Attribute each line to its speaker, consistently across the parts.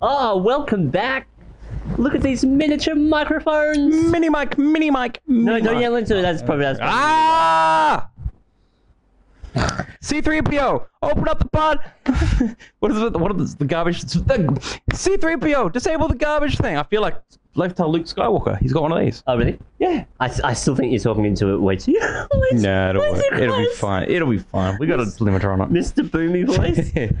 Speaker 1: Oh, welcome back. Look at these miniature microphones.
Speaker 2: Mini mic, mini mic, mini
Speaker 1: No,
Speaker 2: mic.
Speaker 1: don't yell into it. That's probably that's. Probably.
Speaker 2: Ah! C3PO, open up the pod. what is it? What is the garbage? The, C3PO, disable the garbage thing. I feel like left tail Luke Skywalker. He's got one of these.
Speaker 1: Oh, really?
Speaker 2: Yeah.
Speaker 1: I, s- I still think you're talking into it way too. way too-
Speaker 2: Nah, it'll
Speaker 1: way
Speaker 2: work.
Speaker 1: too
Speaker 2: It'll be
Speaker 1: close.
Speaker 2: fine. It'll be fine. We got a
Speaker 1: Yes.
Speaker 2: limiter on it.
Speaker 1: Mr. Boomy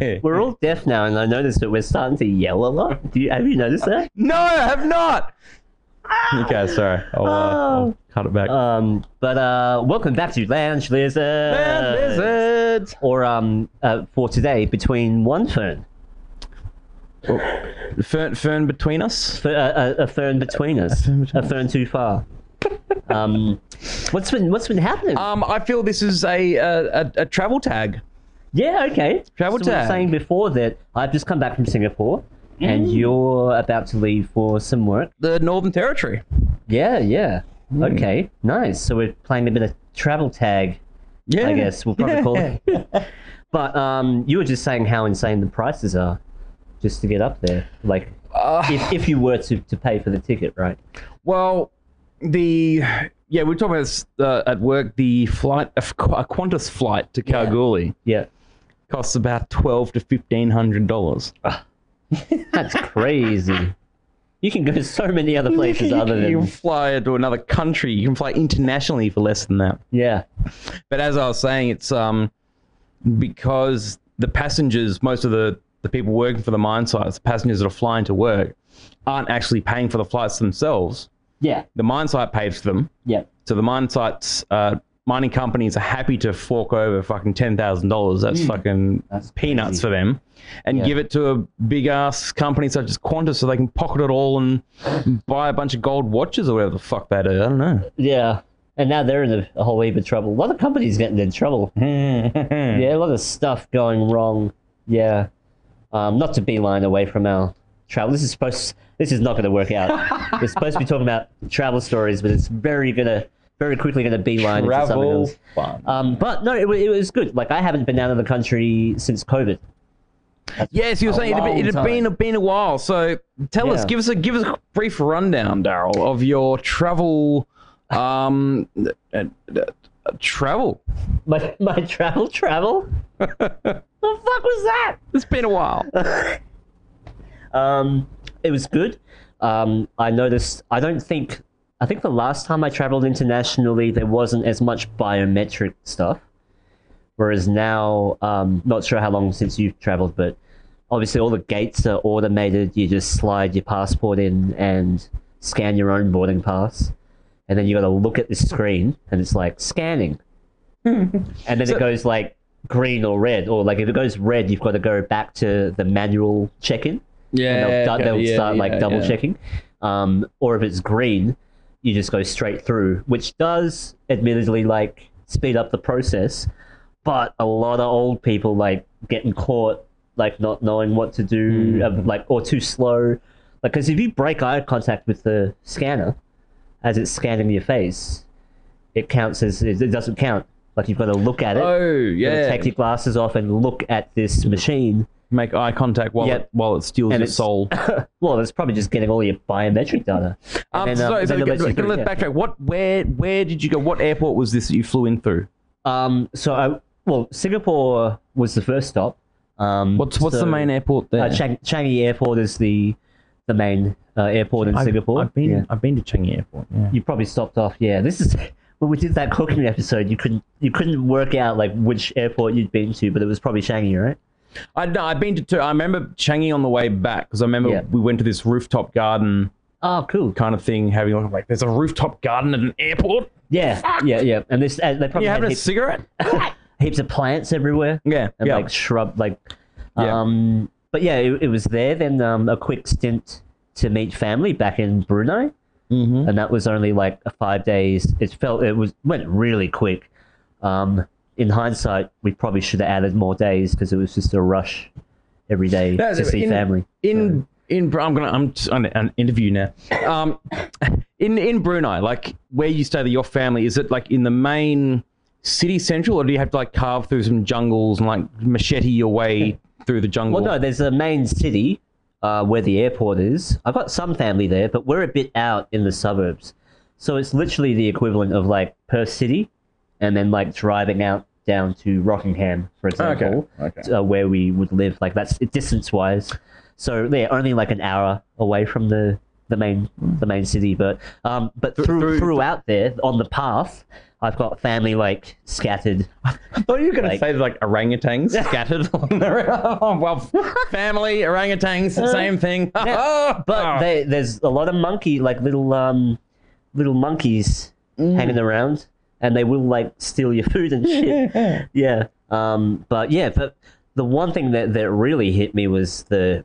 Speaker 1: voice. We're all deaf now, and I noticed that we're starting to yell a lot. Do you, have you noticed that?
Speaker 2: no, I have not. okay, sorry. I'll, uh, I'll cut it back.
Speaker 1: Um, but uh, welcome back to Lounge Lizard.
Speaker 2: Man, lizards.
Speaker 1: Or um, uh, for today, between one fern,
Speaker 2: Oh, Fern, fern between us.
Speaker 1: F- uh, uh, a fern between us,
Speaker 2: fern between
Speaker 1: a fern too far. um, what's been what's been happening?
Speaker 2: Um, I feel this is a a, a, a travel tag.
Speaker 1: Yeah, okay.
Speaker 2: Travel
Speaker 1: so we were
Speaker 2: tag.
Speaker 1: saying before that I've just come back from Singapore and you're about to leave for some work. Mm.
Speaker 2: The Northern Territory.
Speaker 1: Yeah, yeah. Okay, nice. So we're playing a bit of travel tag,
Speaker 2: Yeah,
Speaker 1: I guess we'll probably call it. but um, you were just saying how insane the prices are just to get up there. Like, if, if you were to, to pay for the ticket, right?
Speaker 2: Well, the yeah, we were talking about this uh, at work. The flight, a, Qu- a Qantas flight to Kalgoorlie,
Speaker 1: Yeah.
Speaker 2: costs about twelve to fifteen hundred dollars.
Speaker 1: That's crazy. You can go to so many other places other
Speaker 2: you
Speaker 1: than.
Speaker 2: can fly to another country. You can fly internationally for less than that.
Speaker 1: Yeah.
Speaker 2: But as I was saying, it's um because the passengers, most of the the people working for the mine sites, the passengers that are flying to work, aren't actually paying for the flights themselves.
Speaker 1: Yeah.
Speaker 2: The mine site pays for them.
Speaker 1: Yeah.
Speaker 2: So the mine sites, uh, mining companies are happy to fork over fucking ten thousand dollars. That's fucking
Speaker 1: Hmm. That's
Speaker 2: peanuts
Speaker 1: crazy.
Speaker 2: for them, and
Speaker 1: Yeah.
Speaker 2: give it to a big ass company such as Qantas, so they can pocket it all and buy a bunch of gold watches or whatever the fuck they do. I don't know.
Speaker 1: Yeah. And now they're in a, a whole heap of trouble. A lot of companies getting in trouble. yeah, a lot of stuff going wrong. Yeah. Um, not to beeline away from our travel. This is supposed. This is not going to work out. We're supposed to be talking about travel stories, but it's very gonna, very quickly gonna beeline into something
Speaker 2: Travel
Speaker 1: else.
Speaker 2: fun.
Speaker 1: Um, but no, it, wa- it was good. Like I haven't been out of the country since COVID.
Speaker 2: Yes, you were
Speaker 1: A
Speaker 2: saying it had been,
Speaker 1: long
Speaker 2: it had been,
Speaker 1: time.
Speaker 2: been a while. So tell us,
Speaker 1: Yeah.
Speaker 2: give us a give us a brief rundown, Daryl, of your travel, um, uh, uh, uh, travel.
Speaker 1: My my travel travel. the fuck was that?
Speaker 2: It's been a while.
Speaker 1: Um, it was good. Um, I noticed. I don't think. I think the last time I traveled internationally, there wasn't as much biometric stuff. Whereas now, um, not sure how long since you've traveled, but obviously all the gates are automated. You just slide your passport in and scan your own boarding pass, and then you got to look at the screen, and it's like scanning, and then it goes like green or red, or like if it goes red, you've got to go back to the manual check-in
Speaker 2: Yeah,
Speaker 1: and they'll, du-
Speaker 2: okay,
Speaker 1: they'll
Speaker 2: yeah,
Speaker 1: start like
Speaker 2: yeah,
Speaker 1: double
Speaker 2: yeah.
Speaker 1: checking. Um, or if it's green, you just go straight through, which does admittedly like speed up the process. But a lot of old people like getting caught, like not knowing what to
Speaker 2: Hmm.
Speaker 1: do, uh, like or too slow. Like, because if you break eye contact with the scanner as it's scanning your face, it counts as it it doesn't count. Like you've got to look at it.
Speaker 2: Oh
Speaker 1: you've gotta
Speaker 2: yeah.
Speaker 1: Take your glasses off and look at this machine.
Speaker 2: Make eye contact while
Speaker 1: Yep.
Speaker 2: it, while it steals
Speaker 1: And
Speaker 2: your
Speaker 1: it's-
Speaker 2: soul.
Speaker 1: Well, it's probably just getting all your biometric data.
Speaker 2: Um,
Speaker 1: And then, uh,
Speaker 2: sorry,
Speaker 1: then
Speaker 2: sorry,
Speaker 1: it
Speaker 2: let's,
Speaker 1: lets you through, yeah.
Speaker 2: backtrack. What, where, where did you go? What airport was this that you flew in through?
Speaker 1: Um, so I well, Singapore was the first stop. Um,
Speaker 2: What's what's
Speaker 1: so,
Speaker 2: the main airport there?
Speaker 1: Uh, Chang- Changi Airport is the the main uh, airport in Singapore.
Speaker 2: I've been
Speaker 1: Yeah.
Speaker 2: I've been to Changi Airport. Yeah.
Speaker 1: You probably stopped off. Yeah, this is when we did that cooking episode. You couldn't you couldn't work out like which airport you'd been to, but it was probably Changi, right?
Speaker 2: I no, I've been to. Two, I remember Changi on the way back because I remember
Speaker 1: Yeah.
Speaker 2: we went to this rooftop garden
Speaker 1: Oh, cool.
Speaker 2: kind of thing, having a look, like there's a rooftop garden at an airport.
Speaker 1: Yeah, yeah, yeah. And this and they
Speaker 2: Are
Speaker 1: probably
Speaker 2: you
Speaker 1: had
Speaker 2: having a
Speaker 1: heaps,
Speaker 2: cigarette?
Speaker 1: heaps of plants everywhere.
Speaker 2: Yeah,
Speaker 1: and
Speaker 2: yeah.
Speaker 1: like shrub like
Speaker 2: Yeah.
Speaker 1: um but yeah it, it was there then um a quick stint to meet family back in brunei
Speaker 2: Mhm.
Speaker 1: and that was only like five days it felt it was went really quick um in hindsight we probably should have added more days because it was just a rush every day
Speaker 2: No,
Speaker 1: to see
Speaker 2: in-
Speaker 1: family
Speaker 2: in in Bru- I'm gonna I'm t- on an interview now. Um, in in Brunei, like where you stay with your family, is it like in the main city central, or do you have to like carve through some jungles and like machete your way through the jungle?
Speaker 1: Well, no, there's a main city uh, where the airport is. I've got some family there, but we're a bit out in the suburbs. So it's literally the equivalent of like Perth City and then like driving out down to Rockingham, for example,
Speaker 3: okay.
Speaker 1: uh, where we would live. Like that's distance wise. So yeah, only like an hour away from the, the main the main city. But um, but through,
Speaker 2: through-
Speaker 1: throughout there on the path, I've got family like scattered.
Speaker 2: I thought you were going
Speaker 1: Like-
Speaker 2: to say like orangutans scattered along the road. Oh, well, family, orangutans, same thing.
Speaker 1: But
Speaker 2: Oh.
Speaker 1: they, there's a lot of monkey, like little um, little monkeys hanging around, and they will like steal your food and shit. yeah. Um. But yeah. But the one thing that that really hit me was the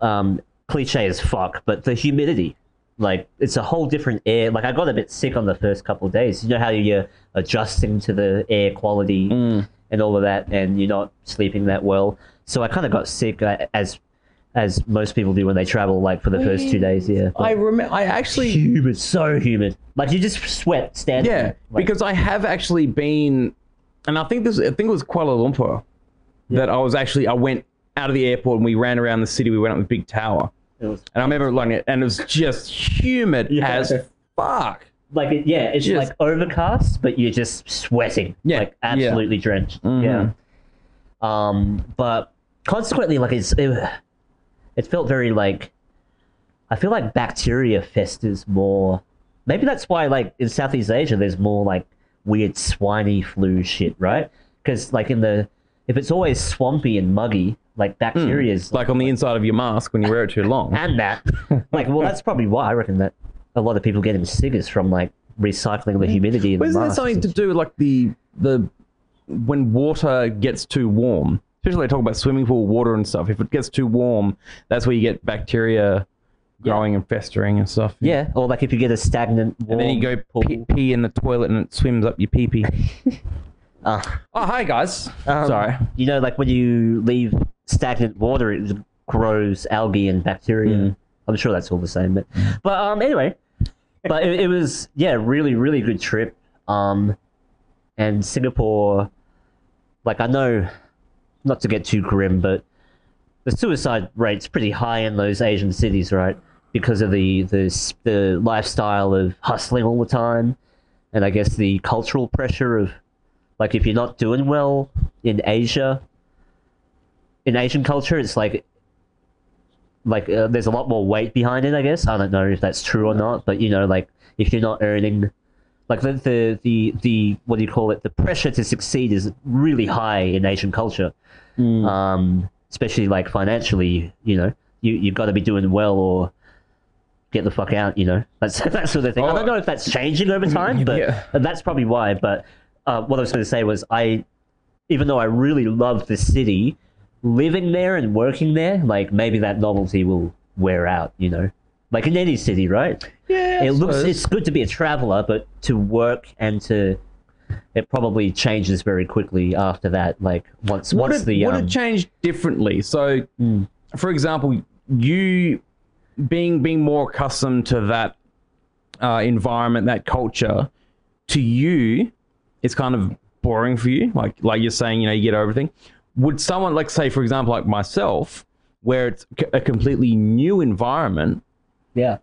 Speaker 1: um cliche as fuck, but the humidity. Like it's a whole different air. Like I got a bit sick on the first couple of days. You know how you're adjusting to the air quality
Speaker 2: Mm.
Speaker 1: and all of that, and you're not sleeping that well. So I kind of got sick uh, as as most people do when they travel, like for the first two days. Yeah,
Speaker 2: Mm. I remember. I actually
Speaker 1: humid, so humid. Like you just sweat standing.
Speaker 2: Yeah,
Speaker 1: Like,
Speaker 2: because I have actually been, and I think this, I think it was Kuala Lumpur that I was actually, I went out of the airport and we ran around the city. We went up the big tower,
Speaker 1: it was
Speaker 2: and I remember looking at, and it was just humid
Speaker 1: Yeah.
Speaker 2: as fuck.
Speaker 1: like it, yeah, it's
Speaker 2: Yes.
Speaker 1: like overcast, but you're just sweating.
Speaker 2: Yeah,
Speaker 1: like
Speaker 2: yeah.
Speaker 1: absolutely drenched.
Speaker 2: Mhm.
Speaker 1: Yeah. Um, but consequently, like it's it, it felt very like I feel like bacteria festers more. Maybe that's why like in Southeast Asia there's more like weird swiney flu shit, right? Because like in the if it's always swampy and muggy,
Speaker 2: Mm.
Speaker 1: like bacteria's
Speaker 2: Like on the inside of your mask when you wear it too long.
Speaker 1: and that. Like, well, that's probably why I reckon that a lot of people getting sick is from like recycling the humidity in
Speaker 2: But
Speaker 1: the
Speaker 2: isn't that
Speaker 1: masks.
Speaker 2: something to do with like the the when water gets too warm? Especially they talk about swimming pool water and stuff. If it gets too warm, that's where you get bacteria growing and festering and stuff.
Speaker 1: yeah, or like if you get a stagnant warm
Speaker 2: And then you go
Speaker 1: pool.
Speaker 2: pee, pee in the toilet and it swims up your pee pee.
Speaker 1: Uh,
Speaker 2: oh, hi guys.
Speaker 1: um,
Speaker 2: Sorry.
Speaker 1: You know, like when you leave stagnant water, it grows algae and bacteria. I'm sure that's all the same, but but um, anyway, but it, it was yeah, really really good trip. Um, and Singapore, like I know, not to get too grim, but the suicide rate's pretty high in those Asian cities, right? Because of the the s- the lifestyle of hustling all the time, and I guess the cultural pressure of like if you're not doing well in Asia, in Asian culture, it's like like uh, there's a lot more weight behind it. I guess I don't know if that's true or not, but you know, like if you're not earning, like the the the, the what do you call it? The pressure to succeed is really high in Asian culture, um, especially like financially. You know, you you've got to be doing well or. Get the fuck out, you know. That's that sort of thing. I
Speaker 2: Oh.
Speaker 1: don't know if that's changing over time, but
Speaker 2: Yeah.
Speaker 1: that's probably why. But uh, what I was going to say was, I even though I really love the city, living there and working there, like maybe that novelty will wear out, you know? Like in any city, right?
Speaker 2: Yeah.
Speaker 1: it looks it's good to be a traveler, but to work and to it probably changes very quickly after that. Like once
Speaker 2: Would
Speaker 1: once
Speaker 2: it,
Speaker 1: the
Speaker 2: would
Speaker 1: um,
Speaker 2: it change differently? So, for example, you being being more accustomed to that uh, environment, that culture, to you, it's kind of boring for you. Like like you're saying, you know, you get over everything. Would someone, like say, for example, like myself, where it's c- a completely new environment,
Speaker 1: yeah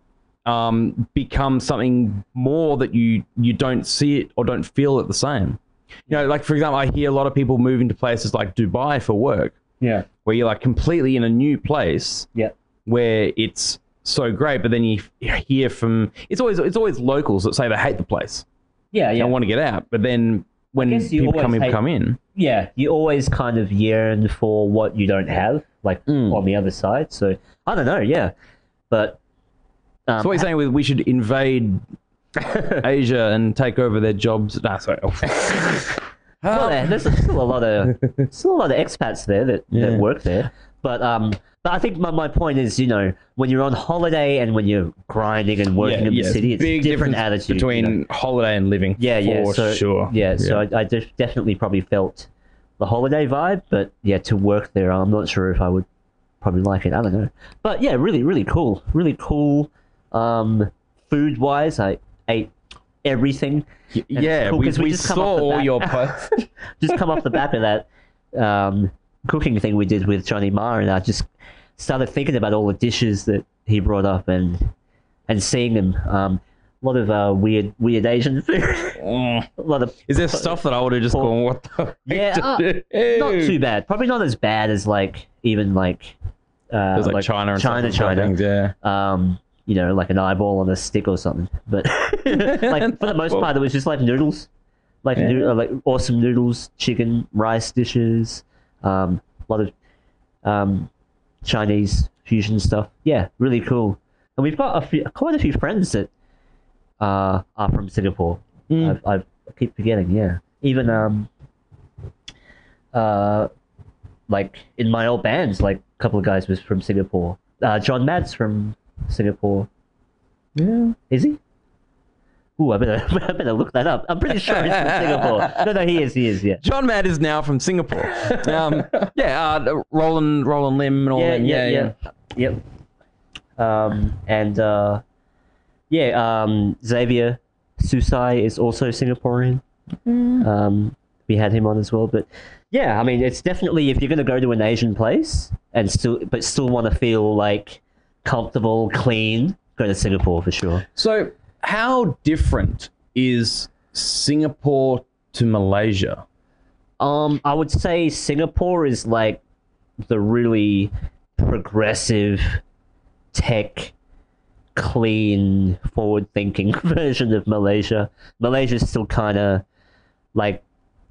Speaker 2: um, become something more that you you don't see it or don't feel it the same. You know, like for example, I hear a lot of people moving to places like Dubai for work,
Speaker 1: yeah
Speaker 2: where you're like completely in a new place
Speaker 1: yeah
Speaker 2: where it's so great, but then you f- hear from it's always it's always locals that say they hate the place,
Speaker 1: yeah
Speaker 2: they
Speaker 1: yeah.
Speaker 2: want to get out, but then when
Speaker 1: guess you
Speaker 2: people come
Speaker 1: always
Speaker 2: in,
Speaker 1: hate-
Speaker 2: come in,
Speaker 1: yeah, you always kind of yearn for what you don't have, like
Speaker 2: Mm.
Speaker 1: on the other side. So I don't know, yeah, but um,
Speaker 2: so what you're saying with we should invade Asia and take over their jobs. Nah, sorry.
Speaker 1: Well,
Speaker 2: Oh.
Speaker 1: there- there's still a lot of still a lot of expats there that,
Speaker 2: Yeah.
Speaker 1: that work there. But um, but I think my, my point is, you know, when you're on holiday and when you're grinding and working in the
Speaker 2: yes.
Speaker 1: city, it's
Speaker 2: Big
Speaker 1: different
Speaker 2: difference
Speaker 1: attitude you
Speaker 2: between
Speaker 1: know?
Speaker 2: holiday and living.
Speaker 1: yeah, yeah,
Speaker 2: for
Speaker 1: so,
Speaker 2: sure.
Speaker 1: yeah. So I, I def- definitely probably felt the holiday vibe, but yeah, to work there, I'm not sure if I would probably like it. I don't know, but yeah, really, really cool, really cool. Um, food wise, I ate everything.
Speaker 2: Y-
Speaker 1: it's
Speaker 2: yeah,
Speaker 1: cool
Speaker 2: we,
Speaker 1: 'cause we
Speaker 2: we
Speaker 1: just come
Speaker 2: saw
Speaker 1: off the
Speaker 2: all
Speaker 1: bat.
Speaker 2: your posts.
Speaker 1: Just come off the back of that um, cooking thing we did with Johnny Marr, and I just started thinking about all the dishes that he brought up and and seeing them. Um, a lot of uh, weird weird Asian food.
Speaker 2: Mm.
Speaker 1: a lot of
Speaker 2: Is there stuff that I would have just gone, what the
Speaker 1: Yeah, uh, not too bad. Probably not as bad as like even like uh,
Speaker 2: There's like, China and
Speaker 1: China,
Speaker 2: stuff like that,
Speaker 1: China.
Speaker 2: things, yeah.
Speaker 1: um, you know, like an eyeball on a stick or something. But like for the most part, it was just like noodles, like
Speaker 2: Yeah.
Speaker 1: noo- uh, like awesome noodles, chicken, rice dishes, um, a lot of um, Chinese fusion stuff. Yeah, really cool. And we've got a few, quite a few friends that uh, are from Singapore. I've, I've, I keep forgetting. Yeah, even um, uh, like in my old bands, like a couple of guys was from Singapore. Uh, John Mads from Singapore.
Speaker 2: Yeah.
Speaker 1: Is he? Ooh, I better I better look that up. I'm pretty sure he's from Singapore. No, no, he is. He is. Yeah.
Speaker 2: John Matt is now from Singapore. Um, yeah, uh, Roland, Roland Lim and all
Speaker 1: Yeah,
Speaker 2: that.
Speaker 1: yeah, yeah, Yep. Um, and uh, yeah, um, Xavier Susai is also Singaporean. Um, we had him on as well, but yeah, I mean, it's definitely if you're going to go to an Asian place and still, but still want to feel like comfortable, clean, go to Singapore for sure.
Speaker 2: So, how different is Singapore to Malaysia?
Speaker 1: Um, I would say Singapore is like the really progressive, tech, clean, forward-thinking version of Malaysia. Malaysia's still kind of like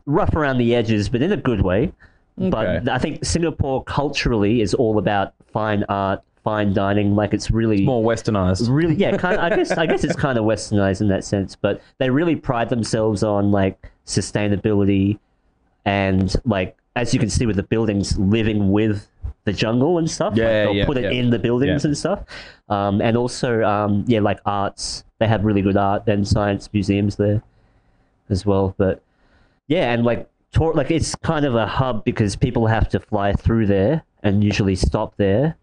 Speaker 1: rough around the edges, but in a good way. But
Speaker 2: Okay.
Speaker 1: I think Singapore culturally is all about fine art, fine dining. Like it's really
Speaker 2: More westernized.
Speaker 1: really yeah kind of, i guess i guess it's kind of westernized in that sense but they really pride themselves on like sustainability and like as you can see with the buildings living with the jungle and stuff like,
Speaker 2: Yeah,
Speaker 1: they'll
Speaker 2: yeah,
Speaker 1: put it
Speaker 2: yeah.
Speaker 1: in the buildings
Speaker 2: Yeah.
Speaker 1: and stuff um, and also um, yeah like arts they have really good art and science museums there as well but yeah and like tour like it's kind of a hub because people have to fly through there and usually stop there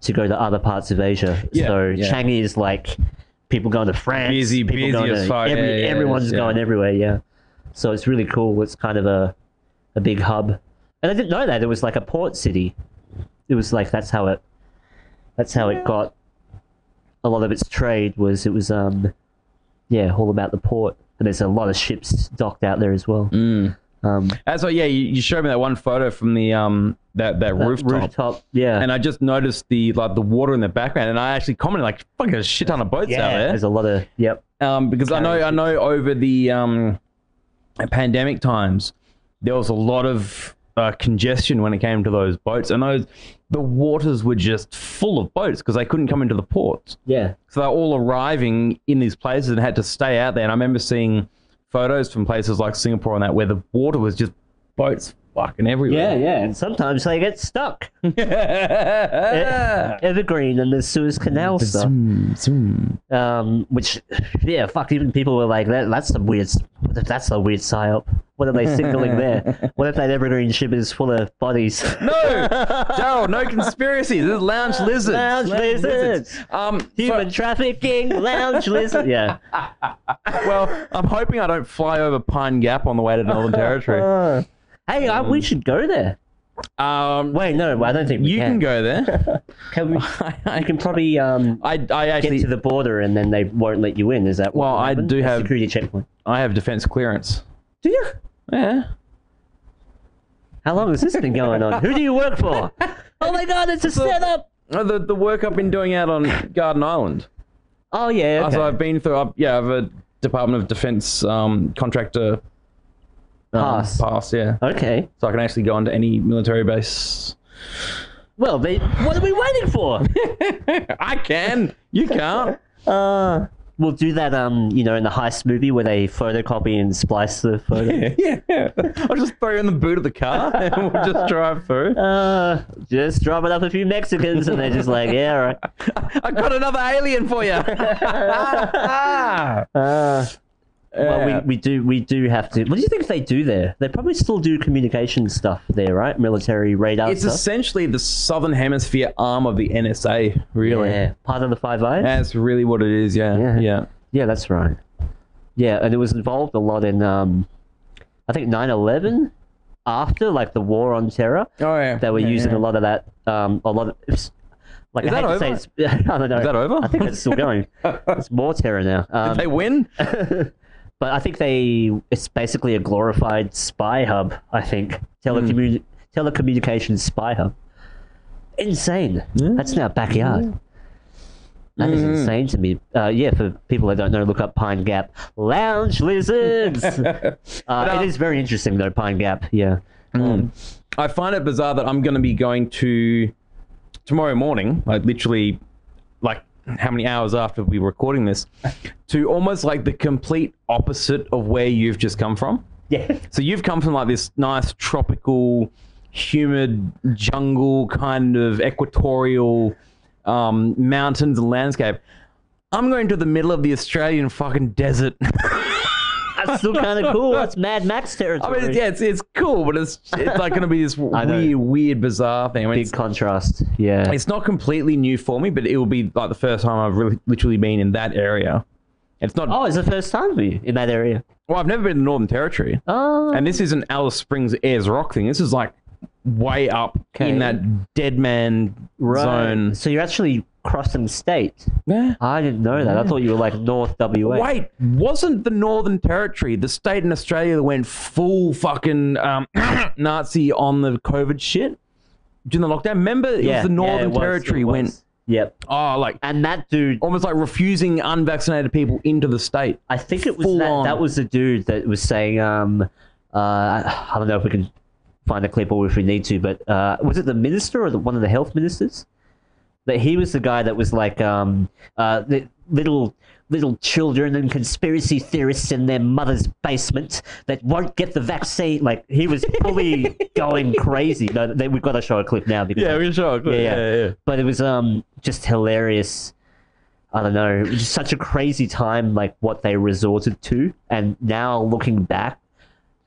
Speaker 1: to go to other parts of Asia.
Speaker 2: Yeah,
Speaker 1: so
Speaker 2: yeah.
Speaker 1: Changi is like people going to France.
Speaker 2: Busy,
Speaker 1: people
Speaker 2: busy
Speaker 1: going
Speaker 2: as
Speaker 1: to
Speaker 2: fuck.
Speaker 1: every-
Speaker 2: Yeah, yeah,
Speaker 1: everyone's
Speaker 2: yeah.
Speaker 1: going everywhere. Yeah. So it's really cool. It's kind of a a big hub, and I didn't know that it was like a port city. It was like that's how it that's how it got a lot of its trade was it was um yeah all about the port and there's a lot of ships docked out there as well.
Speaker 2: Mm.
Speaker 1: Um,
Speaker 2: That's why, yeah, you, you showed me that one photo from the um that that
Speaker 1: that
Speaker 2: rooftop.
Speaker 1: yeah.
Speaker 2: And I just noticed the like the water in the background, and I actually commented like, "Fuck, there's a shit ton of boats out
Speaker 1: yeah,
Speaker 2: there."
Speaker 1: there's a lot of yep.
Speaker 2: um, because I know I know over the um, pandemic times there was a lot of uh, congestion when it came to those boats, and those the waters were just full of boats because they couldn't come into the ports,
Speaker 1: Yeah,
Speaker 2: so they're all arriving in these places and had to stay out there. And I remember seeing photos from places like Singapore and that where the water was just boats fucking
Speaker 1: yeah,
Speaker 2: everywhere.
Speaker 1: yeah. And sometimes they get stuck.
Speaker 2: Yeah,
Speaker 1: Evergreen and the Suez Canal stuff.
Speaker 2: zoom, zoom.
Speaker 1: Um, which, yeah, fuck. Even people were like, that, "That's some weird. What if that's a weird psyop? What are they signaling there? What if that Evergreen ship is full of bodies?
Speaker 2: No, Daryl, no conspiracy. This is lounge lizards.
Speaker 1: lounge lizards,
Speaker 2: Um,
Speaker 1: human trafficking, lounge lizards. Yeah,
Speaker 2: so- well, I'm hoping I don't fly over Pine Gap on the way to Northern Territory.
Speaker 1: hey, I, we should go there.
Speaker 2: Um,
Speaker 1: Wait, no, I don't think we
Speaker 2: you can go there.
Speaker 1: Can we?
Speaker 2: I,
Speaker 1: You can probably um
Speaker 2: I, I
Speaker 1: get
Speaker 2: actually,
Speaker 1: to the border and then they won't let you in. Is that what
Speaker 2: Well, I
Speaker 1: happened?
Speaker 2: do
Speaker 1: A
Speaker 2: have-
Speaker 1: security checkpoint.
Speaker 2: I have defense clearance.
Speaker 1: Do you?
Speaker 2: Yeah.
Speaker 1: How long has this been going on? Who do you work for? Oh my god, it's a setup.
Speaker 2: Uh, The, the work I've been doing out on Garden Island.
Speaker 1: Oh yeah,
Speaker 2: Uh,
Speaker 1: okay.
Speaker 2: So I've been through, I've, yeah, I have a Department of Defense um, contractor um,
Speaker 1: Pass.
Speaker 2: pass, yeah.
Speaker 1: okay.
Speaker 2: So I can actually go onto any military base.
Speaker 1: Well, they, what are we waiting for?
Speaker 2: I can. You can't.
Speaker 1: uh, we'll do that. Um, you know, in the heist movie where they photocopy and splice the photo.
Speaker 2: yeah. I'll just throw you in the boot of the car and we'll just drive through.
Speaker 1: Uh, just dropping up a few Mexicans, and they're just like, yeah, all right.
Speaker 2: I've got another alien for you. Ah.
Speaker 1: Uh, well,
Speaker 2: Yeah.
Speaker 1: we, we do we do have to. What do you think they do there? They probably still do communication stuff there, right? Military radar
Speaker 2: it's
Speaker 1: stuff.
Speaker 2: essentially the Southern Hemisphere arm of the NSA, really.
Speaker 1: yeah, part of the Five Eyes.
Speaker 2: That's really what it is, yeah.
Speaker 1: Yeah.
Speaker 2: Yeah.
Speaker 1: Yeah, that's right. Yeah, and it was involved a lot in, um, I think 9/11, after like the war on terror.
Speaker 2: Oh yeah,
Speaker 1: They were
Speaker 2: Yeah,
Speaker 1: using
Speaker 2: yeah.
Speaker 1: a lot of that. Um, a lot of it's- like
Speaker 2: Is
Speaker 1: I
Speaker 2: that
Speaker 1: hate to
Speaker 2: over?
Speaker 1: say, it's, I don't know.
Speaker 2: Is that over?
Speaker 1: I think it's still going. it's more terror now. Um,
Speaker 2: they win.
Speaker 1: but I think they it's basically a glorified spy hub. I think
Speaker 2: Hmm.
Speaker 1: telecommun telecommunications spy hub. Insane. That's in our backyard. That
Speaker 2: Hmm.
Speaker 1: is insane to me. Uh, yeah, for people that don't know, look up Pine Gap Lounge Lizards. uh, it is very interesting though, Pine Gap. Yeah.
Speaker 2: Hmm. I find it bizarre that I'm going to be going to tomorrow morning, like literally, like how many hours after we were recording this, to almost like the complete opposite of where you've just come from.
Speaker 1: Yeah.
Speaker 2: So you've come from like this nice tropical, humid jungle kind of equatorial um, mountains and landscape. I'm going to the middle of the Australian fucking desert.
Speaker 1: That's still kind of cool. That's Mad Max
Speaker 2: I
Speaker 1: territory.
Speaker 2: mean, it's- yeah, it's, it's cool, but it's it's like going to be this
Speaker 1: know.
Speaker 2: weird, weird, bizarre thing. I mean,
Speaker 1: Big
Speaker 2: it's-
Speaker 1: contrast. Yeah.
Speaker 2: it's not completely new for me, but it will be like the first time I've really literally been in that area. It's not.
Speaker 1: Oh, it's the first time for you in that area.
Speaker 2: Well, I've never been to Northern Territory,
Speaker 1: Oh.
Speaker 2: and this isn't Alice Springs Ayers Rock thing. This is like way up
Speaker 1: Okay.
Speaker 2: in that dead man zone.
Speaker 1: So you're actually crossing state.
Speaker 2: Yeah.
Speaker 1: I didn't know that. I thought you were like North WA.
Speaker 2: Wait, wasn't the Northern Territory the state in Australia that went full fucking um, Nazi on the COVID shit during the lockdown? Remember, it was the Northern
Speaker 1: it was,
Speaker 2: Territory
Speaker 1: it was.
Speaker 2: went
Speaker 1: Yep.
Speaker 2: oh like
Speaker 1: And that dude,
Speaker 2: almost like refusing unvaccinated people into the state.
Speaker 1: I think it was
Speaker 2: full
Speaker 1: that.
Speaker 2: on.
Speaker 1: That was the dude that was saying, um, uh, I I don't know if we can find a clip or if we need to, but uh, was it the minister or the, one of the health ministers? That he was the guy that was like, um, uh, the little little children and conspiracy theorists in their mother's basement that won't get the vaccine. Like he was fully going crazy. No, they, we've got to show a clip now because
Speaker 2: we're sure. Yeah,
Speaker 1: yeah,
Speaker 2: yeah.
Speaker 1: but it was um just hilarious. I don't know, it was just such a crazy time, like what they resorted to, and now looking back,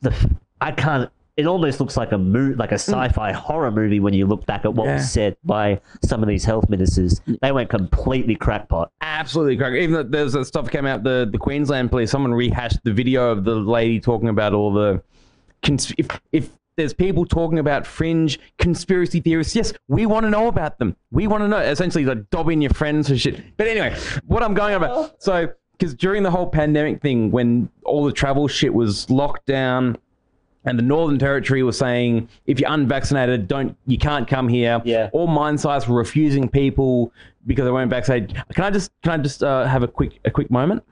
Speaker 1: the f- I can't. It almost looks like a mo- like a sci-fi horror movie when you look back at what
Speaker 2: Hmm. Yeah.
Speaker 1: was said by some of these health ministers. They went completely crackpot.
Speaker 2: Absolutely correct. Even though there's that stuff that came out the the Queensland police. Someone rehashed the video of the lady talking about all the cons- if if there's people talking about fringe conspiracy theorists. Yes, we want to know about them. We want to know. Essentially, like dobbing your friends and shit. But anyway, what I'm going on about. So because during the whole pandemic thing, when all the travel shit was locked down. And the Northern Territory was saying, if you're unvaccinated, don't you can't come here.
Speaker 1: Yeah.
Speaker 2: All mine sites were refusing people because they weren't vaccinated. Can I just can I just uh, have a quick a quick moment?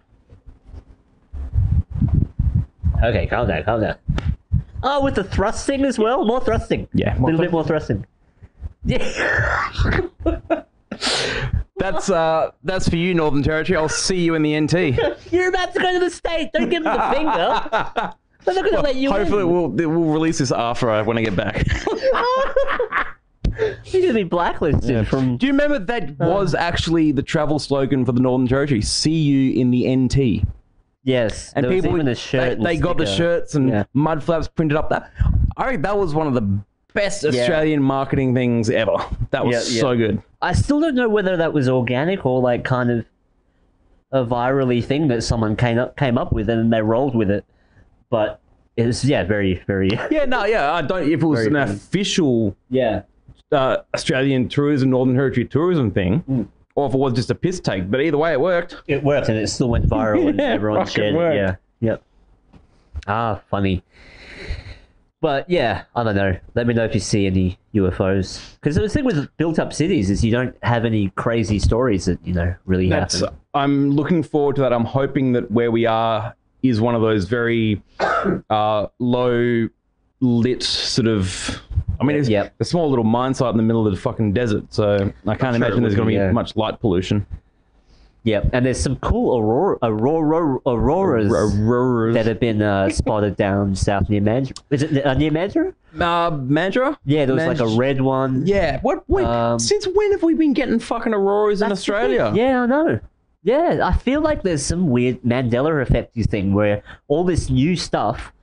Speaker 1: Okay, calm down, calm down. Oh, with the thrusting as well, more thrusting.
Speaker 2: Yeah,
Speaker 1: a
Speaker 2: more
Speaker 1: little bit more thrusting.
Speaker 2: That's uh that's for you, Northern Territory. I'll see you in the NT.
Speaker 1: You're about to go to the state. Don't give them the finger. They're not going to let you
Speaker 2: Hopefully,
Speaker 1: in.
Speaker 2: we'll we'll release this after I when I get back.
Speaker 1: You're gonna be blacklisted from.
Speaker 2: Do you remember that was actually the travel slogan for the Northern Territory? See you in the NT.
Speaker 1: Yes,
Speaker 2: and
Speaker 1: there was
Speaker 2: people
Speaker 1: even a shirt.
Speaker 2: they,
Speaker 1: and
Speaker 2: they got the
Speaker 1: sticker.
Speaker 2: shirts and
Speaker 1: Yeah.
Speaker 2: mud flaps printed up that i think that was one of the best australian marketing things ever that was
Speaker 1: Yeah, yeah.
Speaker 2: so good
Speaker 1: I still don't know whether that was organic or like kind of a virally thing that someone came up came up with and they rolled with it. But it was yeah, very very
Speaker 2: yeah no yeah i don't if it was
Speaker 1: Very
Speaker 2: an
Speaker 1: good.
Speaker 2: official
Speaker 1: yeah
Speaker 2: uh, australian tourism northern territory tourism thing or if it was just a piss take but either way it worked
Speaker 1: it worked and it still went viral and
Speaker 2: Yeah,
Speaker 1: everyone
Speaker 2: fucking
Speaker 1: shared it.
Speaker 2: worked.
Speaker 1: Yeah. Yep. Ah, funny. But yeah, I don't know. Let me know if you see any UFOs. Because the thing with built-up cities is you don't have any crazy stories that you know really
Speaker 2: that's uh,
Speaker 1: happen.
Speaker 2: i'm looking forward to that i'm hoping that where we are is one of those very uh, low lit sort of I mean, it's
Speaker 1: Yep.
Speaker 2: a small little mine site in the middle of the fucking desert, so I can't
Speaker 1: it
Speaker 2: imagine there's
Speaker 1: would
Speaker 2: going to
Speaker 1: be,
Speaker 2: be
Speaker 1: yeah.
Speaker 2: much light pollution.
Speaker 1: Yep, and there's some cool aurora, aurora, auroras
Speaker 2: Auroras.
Speaker 1: that have been uh, spotted down south near Mandra. Is it uh, near Mandra?
Speaker 2: Uh, Mandra?
Speaker 1: Yeah, there was like a
Speaker 2: Mandra-
Speaker 1: red one.
Speaker 2: Yeah. What? When,
Speaker 1: Um,
Speaker 2: since when have we been getting fucking auroras in
Speaker 1: That's the thing.
Speaker 2: Australia?
Speaker 1: Yeah, I know. Yeah, I feel like there's some weird Mandela effecty thing where all this new stuff,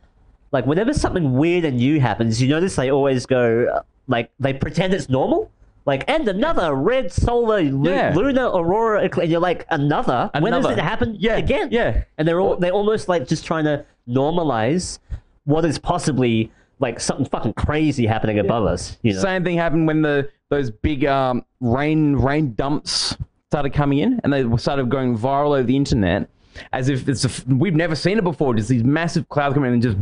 Speaker 1: like whenever something weird and new happens, you notice they always go uh, like they pretend it's normal. Like, and another red solar lu-
Speaker 2: Yeah.
Speaker 1: lunar aurora, ecl-" and you're like, another? When does it
Speaker 2: Another.
Speaker 1: happen
Speaker 2: Yeah,
Speaker 1: again?
Speaker 2: yeah.
Speaker 1: And they're all,
Speaker 2: Well-
Speaker 1: they're almost like just trying to normalize what is possibly like something fucking crazy happening above us. You know?
Speaker 2: Same thing happened when the those big um, rain rain dumps started coming in, and they started going viral over the internet, as if it's a f we've never seen it before. Just these massive clouds come in and just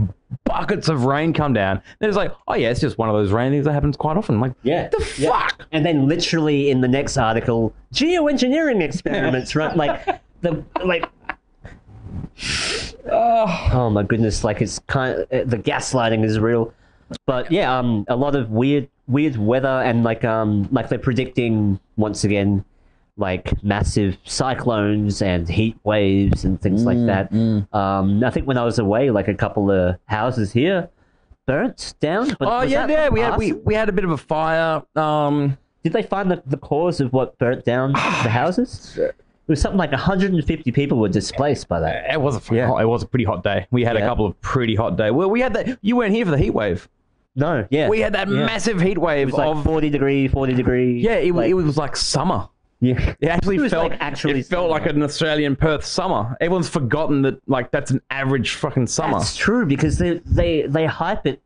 Speaker 2: buckets of rain come down. And it's like, oh yeah, it's just one of those rain things that happens quite often. Like,
Speaker 1: Yeah,
Speaker 2: the
Speaker 1: yeah.
Speaker 2: fuck.
Speaker 1: And then literally in the next article, geoengineering experiments, right? Like the like. Oh my goodness! Like it's kind uh, the gaslighting is real, but yeah, um, a lot of weird, weird weather and like um, like they're predicting once again, like massive cyclones and heat waves and things
Speaker 2: Mm,
Speaker 1: like that. Um, I think when I was away, like a couple of houses here burnt down. but
Speaker 2: Oh
Speaker 1: was
Speaker 2: yeah,
Speaker 1: that
Speaker 2: yeah. We had
Speaker 1: arson?
Speaker 2: we, we had a bit of a fire. Um,
Speaker 1: Did they find the, the cause of what burnt down the houses? It was something like 150 people were displaced by that.
Speaker 2: it was a fucking
Speaker 1: Yeah.
Speaker 2: hot, it was a pretty hot day. We had
Speaker 1: Yeah.
Speaker 2: a couple of pretty hot day. Well, we had that. You weren't here for the heat wave.
Speaker 1: No, yeah.
Speaker 2: We had that
Speaker 1: Yeah.
Speaker 2: massive heat wave
Speaker 1: it was like
Speaker 2: of
Speaker 1: 40 degree, 40 degree.
Speaker 2: yeah. It,
Speaker 1: like,
Speaker 2: it was like summer.
Speaker 1: yeah.
Speaker 2: It actually
Speaker 1: It was,
Speaker 2: felt
Speaker 1: like, actually
Speaker 2: it felt
Speaker 1: summer.
Speaker 2: like an Australian Perth summer. Everyone's forgotten that like that's an average fucking summer.
Speaker 1: That's true because they they they hype it.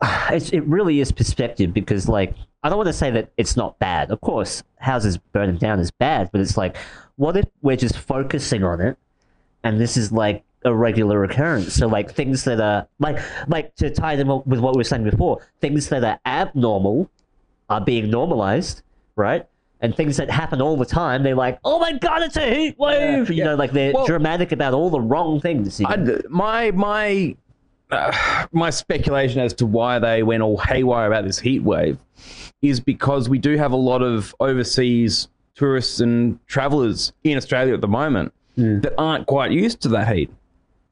Speaker 1: It's, it really is perspective because like I don't want to say that it's not bad. Of course, houses burning down is bad, but it's like, what if we're just focusing on it, and this is like a regular occurrence? So like things that are like like to tie them up with what we were saying before, things that are abnormal are being normalized, right? And things that happen all the time, they're like, oh my god, it's a heat wave. you
Speaker 2: yeah.
Speaker 1: know, like they're
Speaker 2: Well-
Speaker 1: dramatic about all the wrong things. you know?
Speaker 2: I, my my uh, my speculation as to why they went all haywire about this heat wave is because we do have a lot of overseas tourists and travelers in Australia at the moment that aren't quite used to that heat.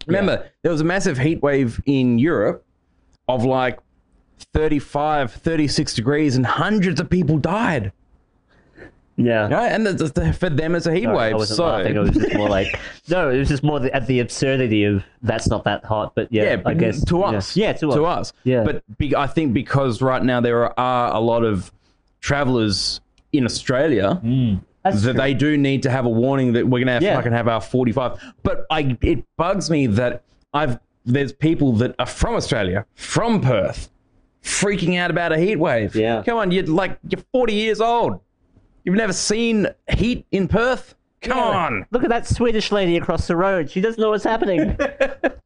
Speaker 2: Remember, there was a massive heat wave in Europe of like 35, 36 degrees and hundreds of people died.
Speaker 1: Yeah.
Speaker 2: Yeah, and that's that's- for them it's a heat
Speaker 1: Sorry, I
Speaker 2: wave.
Speaker 1: wasn't
Speaker 2: So
Speaker 1: laughing. It was just more like no. It was just more the, at the absurdity of that's not that hot, but yeah,
Speaker 2: yeah,
Speaker 1: I
Speaker 2: but
Speaker 1: guess
Speaker 2: to
Speaker 1: yeah.
Speaker 2: us,
Speaker 1: yeah, to, us. Yeah.
Speaker 2: But be, I think because right now there are a lot of travelers in Australia
Speaker 1: Mm. That's
Speaker 2: that
Speaker 1: true.
Speaker 2: they do need to have a warning that we're gonna have
Speaker 1: Yeah.
Speaker 2: fucking have our forty-five. But I, it bugs me that I've there's people that are from Australia, from Perth, freaking out about a heat wave.
Speaker 1: Yeah.
Speaker 2: come on, you're like you're forty years old. You've never seen heat in Perth. Come on.
Speaker 1: Look at that Swedish lady across the road. She doesn't know what's happening.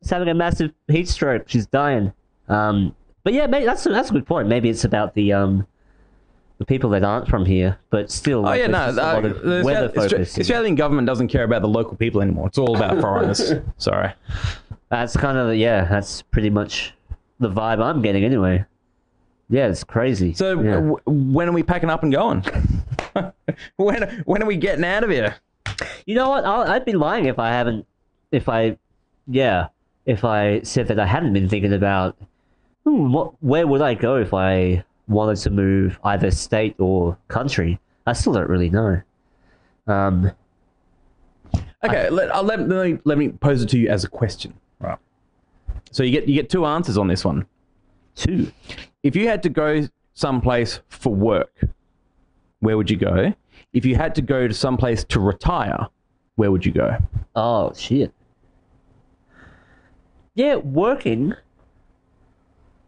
Speaker 1: She's having a massive heat stroke. She's dying. Um, but yeah, maybe that's a, that's a good point. Maybe it's about the um, the people that aren't from here, but still.
Speaker 2: Oh
Speaker 1: like,
Speaker 2: yeah, no.
Speaker 1: there's just a
Speaker 2: Uh,
Speaker 1: lot
Speaker 2: the
Speaker 1: of weather
Speaker 2: Austra- Austra-
Speaker 1: focus. you know.
Speaker 2: Australian government doesn't care about the local people anymore. It's all about foreigners. Sorry.
Speaker 1: That's kind of yeah. That's pretty much the vibe I'm getting anyway. Yeah, it's crazy.
Speaker 2: So
Speaker 1: yeah.
Speaker 2: w- when are we packing up and going? when when are we getting out of here?
Speaker 1: You know what? I'll, I'd be lying if I haven't, if I, yeah, if I said that I hadn't been thinking about hmm, what, where would I go if I wanted to move either state or country. I still don't really know. Um,
Speaker 2: Okay, let, I'll let, let me let me pose it to you as a question. Right. So you get you get two answers on this one.
Speaker 1: two.
Speaker 2: If you had to go someplace for work, where would you go? If you had to go to someplace to retire, where would you go?
Speaker 1: Oh shit. Yeah, working.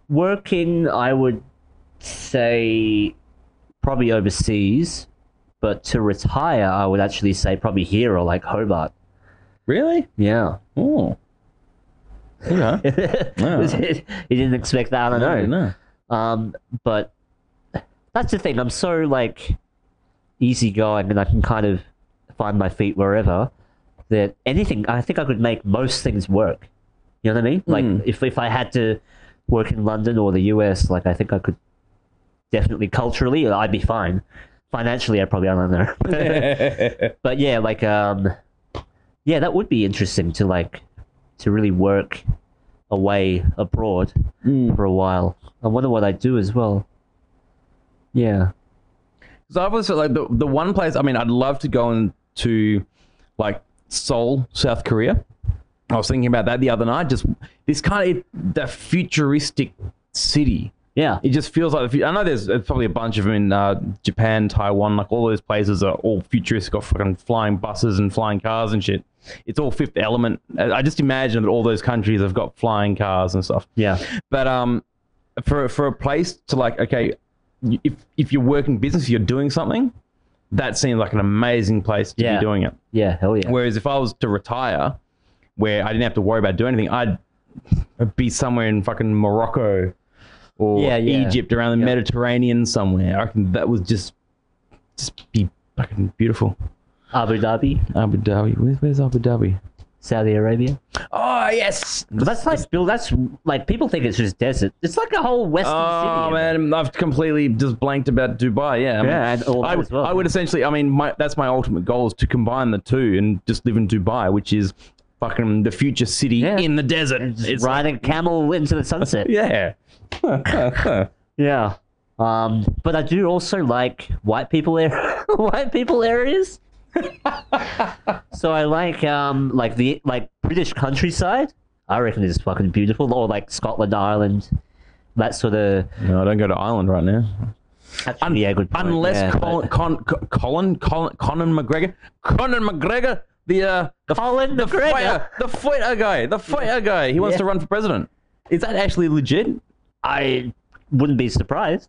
Speaker 1: Working, I would say probably overseas, but to retire, I would actually say probably here or like Hobart.
Speaker 2: Really?
Speaker 1: Yeah.
Speaker 2: Oh. Okay. No.
Speaker 1: you didn't expect that, I don't know.
Speaker 2: no.
Speaker 1: Um, but that's the thing. I'm so like easygoing, and I can kind of find my feet wherever. That anything, I think I could make most things work. You know what I mean? Like
Speaker 2: Mm.
Speaker 1: if if I had to work in London or the US, like I think I could definitely culturally, I'd be fine. Financially, I probably I don't know. but yeah, like um, yeah, that would be interesting to like to really work away abroad
Speaker 2: Mm.
Speaker 1: for a while. I wonder what I do as well. Yeah.
Speaker 2: So I was like the the one place. I mean, I'd love to go into like Seoul, South Korea. I was thinking about that the other night. Just this kind of the futuristic city
Speaker 1: Yeah.
Speaker 2: It just feels like the fu- I know there's, there's probably a bunch of them in uh, Japan, Taiwan, like all those places are all futuristic, or fucking flying buses and flying cars and shit. It's all Fifth Element. I I just imagine that all those countries have got flying cars and stuff.
Speaker 1: Yeah.
Speaker 2: But um, for for a place to like, okay, y- if if you're working business, you're doing something, that seems like an amazing place to
Speaker 1: Yeah.
Speaker 2: be doing it.
Speaker 1: Yeah. Hell yeah.
Speaker 2: Whereas if I was to retire, where I didn't have to worry about doing anything, I'd be somewhere in fucking Morocco or
Speaker 1: Yeah, yeah.
Speaker 2: Egypt around the
Speaker 1: Yeah.
Speaker 2: Mediterranean somewhere. I reckon that would just just be fucking beautiful.
Speaker 1: Abu Dhabi,
Speaker 2: Abu Dhabi. Where, where's Abu Dhabi?
Speaker 1: Saudi Arabia.
Speaker 2: Oh yes.
Speaker 1: But that's like Bill. That's like people think it's just desert. It's like a whole western
Speaker 2: Oh
Speaker 1: city.
Speaker 2: man, I've completely just blanked about Dubai. Yeah, I mean,
Speaker 1: Yeah, and all
Speaker 2: I,
Speaker 1: that as well.
Speaker 2: I would essentially. I mean, my, that's my ultimate goal is to combine the two and just live in Dubai, which is fucking the future city
Speaker 1: Yeah.
Speaker 2: in the desert. It's
Speaker 1: It's riding a camel into the sunset.
Speaker 2: yeah.
Speaker 1: Yeah. Um, but I do also like white people air- white people areas. so I like um like the like British countryside. I reckon is fucking beautiful, or like Scotland, Ireland, that sort of.
Speaker 2: No, I don't go to Ireland right now.
Speaker 1: Actually, yeah, good point.
Speaker 2: Unless
Speaker 1: yeah, but-
Speaker 2: Colin, Con, Con, Colin, Colin, Conan McGregor, Conan McGregor, the uh, the
Speaker 1: Colin
Speaker 2: the
Speaker 1: McGregor.
Speaker 2: fighter, the fighter guy, the fighter guy. He wants
Speaker 1: Yeah.
Speaker 2: to run for president. Is that actually legit?
Speaker 1: I wouldn't be surprised.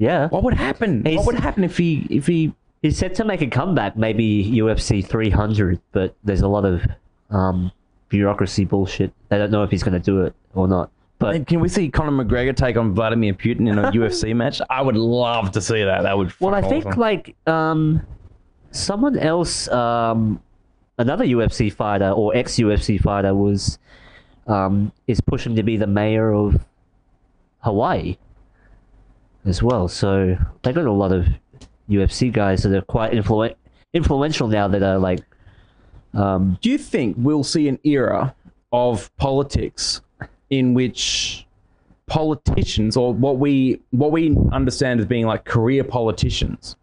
Speaker 1: Yeah,
Speaker 2: What would happen?
Speaker 1: He's-
Speaker 2: what would happen if he if he?
Speaker 1: he's said to make a comeback, maybe UFC 300, but there's a lot of um bureaucracy bullshit. I don't know if he's gonna do it or not. But
Speaker 2: Can we see Conor McGregor take on Vladimir Putin in a UFC match? I would love to see that. That would.
Speaker 1: Well, I
Speaker 2: fuck
Speaker 1: think
Speaker 2: awesome.
Speaker 1: like um, someone else, um, another UFC fighter or ex UFC fighter was um, is pushing to be the mayor of Hawaii as well. So they got a lot of UFC guys that are quite influ- influential now that are like um,
Speaker 2: Do you think we'll see an era of politics in which politicians or what we what we understand as being like career politicians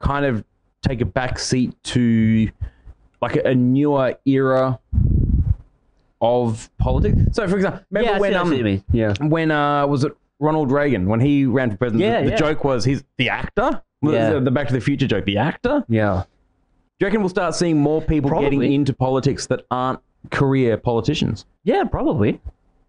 Speaker 2: kind of take a back seat to like a, a newer era of politics? So for example, remember
Speaker 1: yeah, I
Speaker 2: when
Speaker 1: see- I see what you
Speaker 2: um,
Speaker 1: mean. yeah
Speaker 2: when uh was it Ronald Reagan when he ran for president?
Speaker 1: Yeah,
Speaker 2: the, the
Speaker 1: yeah.
Speaker 2: joke was he's the actor. Was
Speaker 1: Yeah.
Speaker 2: it The Back to the Future joke, the actor.
Speaker 1: yeah
Speaker 2: Do you reckon we'll start seeing more people getting
Speaker 1: Probably.
Speaker 2: into politics that aren't career politicians?
Speaker 1: Yeah, probably.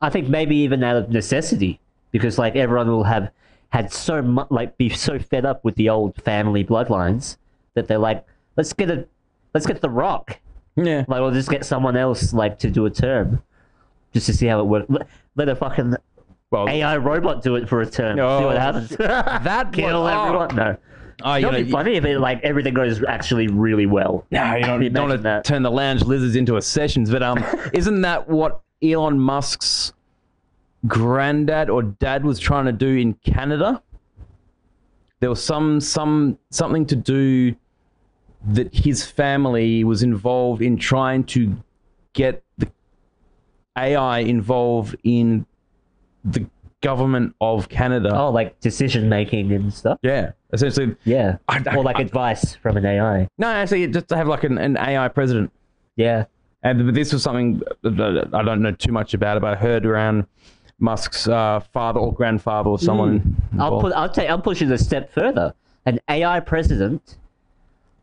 Speaker 1: I think maybe even out of necessity, because like everyone will have had so much, like be so fed up with the old family bloodlines that they're like, let's get a, let's get the Rock,
Speaker 2: Yeah.
Speaker 1: like, or just get someone else like to do a term, just to see how it works. Let, let a fucking
Speaker 2: Well,
Speaker 1: AI robot do it for a term, see
Speaker 2: Oh,
Speaker 1: what happens.
Speaker 2: that
Speaker 1: Kill
Speaker 2: was- oh.
Speaker 1: everyone. No,
Speaker 2: oh, you
Speaker 1: that'd
Speaker 2: know,
Speaker 1: be funny if it like everything goes actually really well.
Speaker 2: no, you don't,
Speaker 1: Imagine
Speaker 2: want to
Speaker 1: that.
Speaker 2: turn the lounge lizards into a sessions, but um, isn't that what Elon Musk's granddad or dad was trying to do in Canada? There was some some something to do that his family was involved in trying to get the AI involved in the government of Canada.
Speaker 1: Oh, like decision making and stuff.
Speaker 2: Yeah, essentially.
Speaker 1: Yeah,
Speaker 2: I- I-
Speaker 1: or like
Speaker 2: I-
Speaker 1: advice from an AI.
Speaker 2: No, actually, just to have like an, an AI president.
Speaker 1: Yeah.
Speaker 2: And but this was something that I don't know too much about, but I heard around Musk's uh, father or grandfather or someone.
Speaker 1: Hmm. I'll
Speaker 2: involved.
Speaker 1: put. I'll take. I'm pushing a step further. An AI president,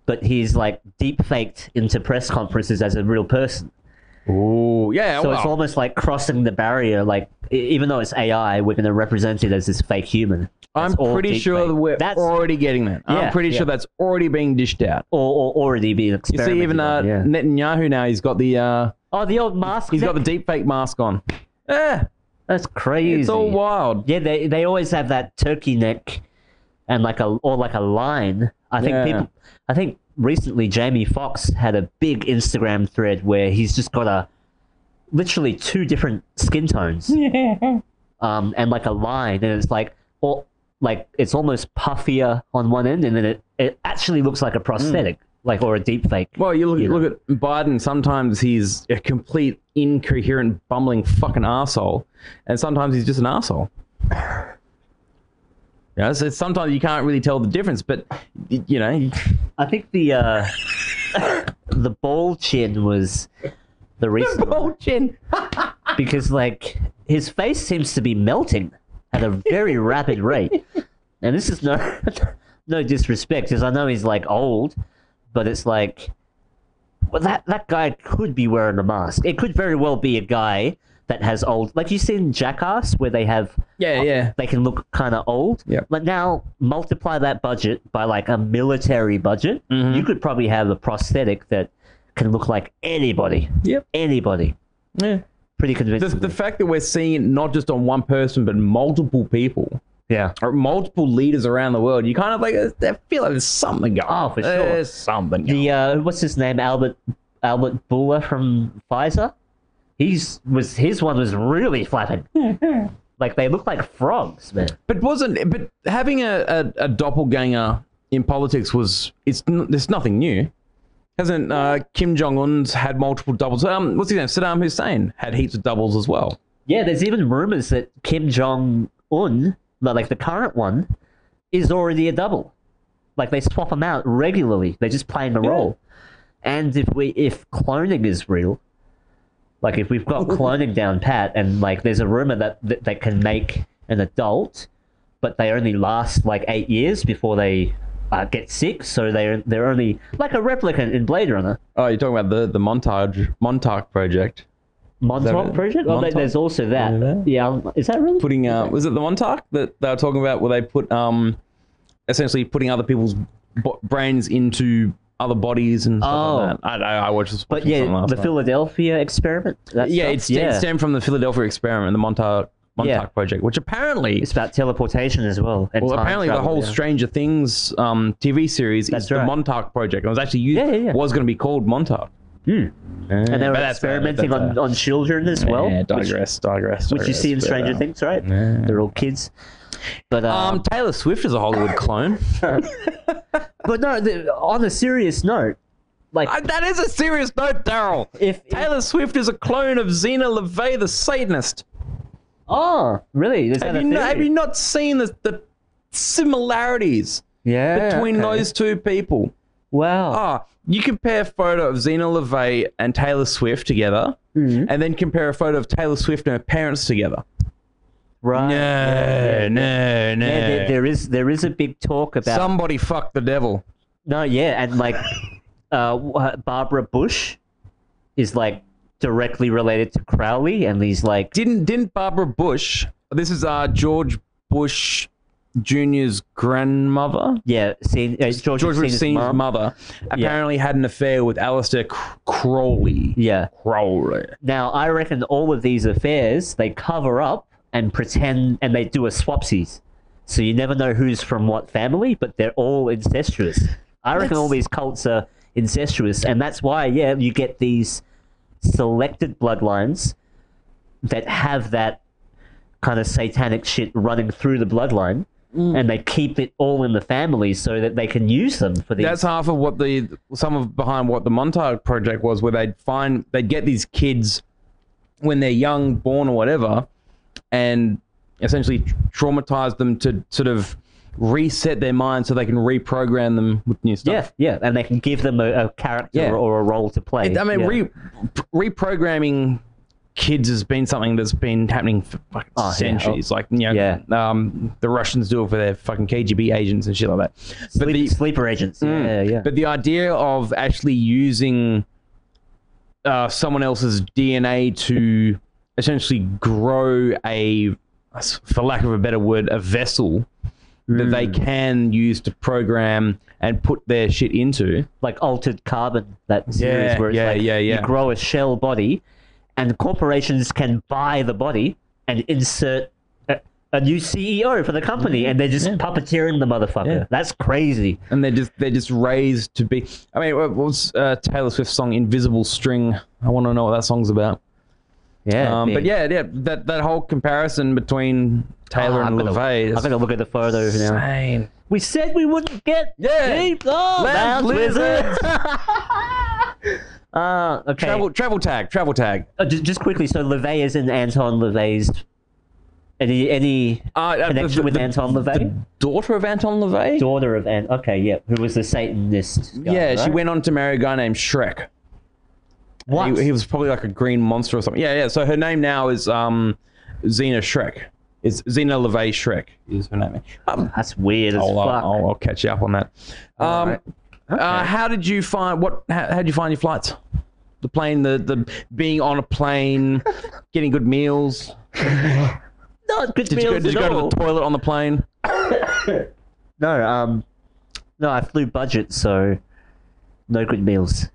Speaker 1: but he's like deep faked into press conferences as a real person.
Speaker 2: Ooh, yeah.
Speaker 1: So
Speaker 2: well,
Speaker 1: it's almost like crossing the barrier. Like e- even though it's AI, we're going to represent it as this fake human.
Speaker 2: I'm
Speaker 1: That's all
Speaker 2: pretty
Speaker 1: deep
Speaker 2: sure
Speaker 1: fake.
Speaker 2: that we're
Speaker 1: That's
Speaker 2: already getting that. I'm
Speaker 1: Yeah,
Speaker 2: pretty sure
Speaker 1: yeah.
Speaker 2: that's already being dished out.
Speaker 1: or, or already being
Speaker 2: You
Speaker 1: experimented.
Speaker 2: see, even uh,
Speaker 1: on, yeah.
Speaker 2: Netanyahu now he's got the uh,
Speaker 1: oh, the old mask.
Speaker 2: he's got the deep fake mask on. Yeah,
Speaker 1: That's crazy.
Speaker 2: it's all wild.
Speaker 1: Yeah, they they always have that turkey neck and like a or like a line. I think
Speaker 2: Yeah.
Speaker 1: people I think recently Jamie Foxx had a big Instagram thread where he's just got a literally two different skin tones. Um and like a line and it's like or like it's almost puffier on one end and then it, it actually looks like a prosthetic, like or a deep fake.
Speaker 2: Mm. Well, you look,
Speaker 1: You know.
Speaker 2: look at Biden. Sometimes he's a complete incoherent, bumbling fucking asshole, and sometimes he's just an asshole. Yeah, so sometimes you can't really tell the difference, but y- you know, you-
Speaker 1: I think the uh the ball chin was the recent one.
Speaker 2: chin.
Speaker 1: because like his face seems to be melting at a very rapid rate. And this is no no disrespect, because I know he's like old, but it's like well, that that guy could be wearing a mask. It could very well be a guy that has old, like you see in Jackass, where they have
Speaker 2: Yeah, yeah.
Speaker 1: they can look kind of old.
Speaker 2: Yep.
Speaker 1: But now multiply that budget by like a military budget,
Speaker 2: Mhm.
Speaker 1: you could probably have a prosthetic that can look like anybody.
Speaker 2: Yep.
Speaker 1: Anybody.
Speaker 2: Yeah.
Speaker 1: Pretty
Speaker 2: The,
Speaker 1: convincing.
Speaker 2: the fact that we're seeing it not just on one person, but multiple people
Speaker 1: yeah.
Speaker 2: or multiple leaders around the world, you kind of like, I feel like there's something going
Speaker 1: Oh,
Speaker 2: on.
Speaker 1: for sure.
Speaker 2: There's something going
Speaker 1: The uh, what's his name? Albert Albert Buller from Pfizer. He's was his one was really flapping. like they look like frogs, man.
Speaker 2: But wasn't but having a, a, a doppelganger in politics was it's n- there's nothing new. Hasn't uh, Kim Jong Un's had multiple doubles? Um, what's his name? Saddam Hussein had heaps of doubles as well.
Speaker 1: Yeah, there's even rumors that Kim Jong Un, like the current one, is already a double. Like they swap them out regularly. They're just playing the role. And if we if cloning is real, like if we've got cloning down pat, and like there's a rumor that that they can make an adult, but they only last like eight years before they uh, get sick. So they are they're only like a replicant in Blade Runner.
Speaker 2: Oh, you're talking about the, the montage Montauk project,
Speaker 1: Montauk
Speaker 2: it?
Speaker 1: project. Oh, there-
Speaker 2: Montauk?
Speaker 1: there's also that.
Speaker 2: Yeah.
Speaker 1: Yeah, I'm- is that really?
Speaker 2: putting uh, was it the Montauk that they were talking about where they put um, essentially putting other people's bo- brains into other bodies and stuff
Speaker 1: Oh.
Speaker 2: like that. I, I, I watched this.
Speaker 1: But yeah,
Speaker 2: something last
Speaker 1: the
Speaker 2: night.
Speaker 1: Philadelphia experiment. that
Speaker 2: yeah,
Speaker 1: stuff,
Speaker 2: it's, it stemmed from the Philadelphia experiment, the Montauk Montauk
Speaker 1: Yeah.
Speaker 2: project, which apparently
Speaker 1: It's about teleportation as well. and
Speaker 2: Well,
Speaker 1: time
Speaker 2: apparently the
Speaker 1: travel,
Speaker 2: whole
Speaker 1: yeah.
Speaker 2: Stranger Things um, TV series
Speaker 1: That's
Speaker 2: is
Speaker 1: right.
Speaker 2: the Montauk Project. It was actually used,
Speaker 1: Yeah, yeah, yeah.
Speaker 2: was going to be called Montauk.
Speaker 1: Hmm. and they were experimenting on, on children as well,
Speaker 2: yeah,
Speaker 1: which,
Speaker 2: digress, digress,
Speaker 1: which you see in
Speaker 2: digress,
Speaker 1: Stranger
Speaker 2: but, uh,
Speaker 1: Things, right? They're all kids. But um,
Speaker 2: Um, Taylor Swift is a Hollywood clone.
Speaker 1: but no, the, on a serious note, like
Speaker 2: I- that is a serious note, Daryl.
Speaker 1: if, if
Speaker 2: Taylor Swift is a clone of Zena LeVay, the Satanist.
Speaker 1: oh really, is that
Speaker 2: Have
Speaker 1: a
Speaker 2: you, not, have
Speaker 1: theory?
Speaker 2: you not seen the, the similarities
Speaker 1: yeah,
Speaker 2: between
Speaker 1: okay.
Speaker 2: those two people?
Speaker 1: Wow,
Speaker 2: Ah, you compare a photo of Zena LeVay and Taylor Swift together,
Speaker 1: Mm-hmm.
Speaker 2: and then compare a photo of Taylor Swift and her parents together.
Speaker 1: right?
Speaker 2: No, no, no.
Speaker 1: Yeah, there, there is there is a big talk about
Speaker 2: Somebody fucked the devil.
Speaker 1: No, yeah, and like uh, wh- Barbara Bush is like directly related to Crowley, and he's like,
Speaker 2: Didn't didn't Barbara Bush? This is uh, George Bush Jr.'s grandmother.
Speaker 1: yeah, seen, uh, George,
Speaker 2: George Bush
Speaker 1: Bush's
Speaker 2: Senior's
Speaker 1: mom.
Speaker 2: mother apparently had an affair with Alistair Cr- Crowley.
Speaker 1: Yeah.
Speaker 2: Crowley.
Speaker 1: Now I reckon all of these affairs they cover up and pretend, and they do a swapsies, so you never know who's from what family, but they're all incestuous. I reckon all these cults are incestuous, and that's why, yeah, you get these selected bloodlines that have that kind of satanic shit running through the bloodline,
Speaker 2: Mm.
Speaker 1: and they keep it all in the family so that they can use them for these.
Speaker 2: That's half of what the some of behind what the Montauk project was, where they'd find they'd get these kids when they're young, born or whatever, and essentially traumatize them to sort of reset their mind so they can reprogram them with new stuff.
Speaker 1: yeah, yeah, and they can give them a, a character
Speaker 2: Yeah.
Speaker 1: or a role to play.
Speaker 2: I mean,
Speaker 1: yeah.
Speaker 2: re, reprogramming kids has been something that's been happening for fucking
Speaker 1: Oh, yeah.
Speaker 2: centuries. Like, you know,
Speaker 1: Yeah.
Speaker 2: um, the Russians do it for their fucking KGB agents and shit like that. But
Speaker 1: Sleep,
Speaker 2: the, Mm.
Speaker 1: sleeper agents. yeah, yeah.
Speaker 2: but the idea of actually using uh, someone else's DNA to essentially grow a, for lack of a better word, a vessel that
Speaker 1: Hmm.
Speaker 2: they can use to program and put their shit into.
Speaker 1: like altered carbon that series
Speaker 2: Yeah,
Speaker 1: where it's
Speaker 2: yeah,
Speaker 1: like
Speaker 2: yeah, yeah.
Speaker 1: you grow a shell body and corporations can buy the body and insert a, a new CEO for the company and they're just puppeteering the motherfucker.
Speaker 2: Mm-hmm. Yeah.
Speaker 1: That's crazy.
Speaker 2: and they're just they're just raised to be. I mean, what what was uh, Taylor Swift's song "Invisible String"? I want to know what that song's about.
Speaker 1: Yeah.
Speaker 2: Um, but
Speaker 1: man.
Speaker 2: yeah, yeah, that that whole comparison between Taylor
Speaker 1: Ah,
Speaker 2: and
Speaker 1: I'm gonna-
Speaker 2: LeVay
Speaker 1: I'm
Speaker 2: is
Speaker 1: gonna look at the photo now.
Speaker 2: insane.
Speaker 1: We said we wouldn't get
Speaker 2: Yeah.
Speaker 1: deep. Oh,
Speaker 2: Lounge
Speaker 1: lounge
Speaker 2: lizards.
Speaker 1: lizards. uh, okay.
Speaker 2: Travel travel tag travel tag.
Speaker 1: Uh, ju- just quickly, so LeVay is in Anton LeVay's. Any any
Speaker 2: Uh, Uh, the-
Speaker 1: connection
Speaker 2: the,
Speaker 1: with
Speaker 2: the
Speaker 1: Anton LeVay?
Speaker 2: daughter of Anton LeVay.
Speaker 1: daughter of An. Okay, yeah, who was the Satanist? guy,
Speaker 2: yeah, she
Speaker 1: right?
Speaker 2: went on to marry a guy named Shrek.
Speaker 1: What?
Speaker 2: He, he was probably like a green monster or something. Yeah, yeah. So her name now is um, Xena Shrek. It's Zena LeVay Shrek is her name. Um,
Speaker 1: That's weird as
Speaker 2: I'll, uh,
Speaker 1: fuck.
Speaker 2: I'll, I'll catch you up on that. Um,
Speaker 1: Alright.
Speaker 2: uh, how did you find what? How, how did you find your flights? The plane, the the being on a plane, getting good meals.
Speaker 1: Not good
Speaker 2: Did you, go,
Speaker 1: meals
Speaker 2: did you
Speaker 1: at
Speaker 2: go
Speaker 1: all.
Speaker 2: to the toilet on the plane?
Speaker 1: no, um, no, I flew budget, so no good meals.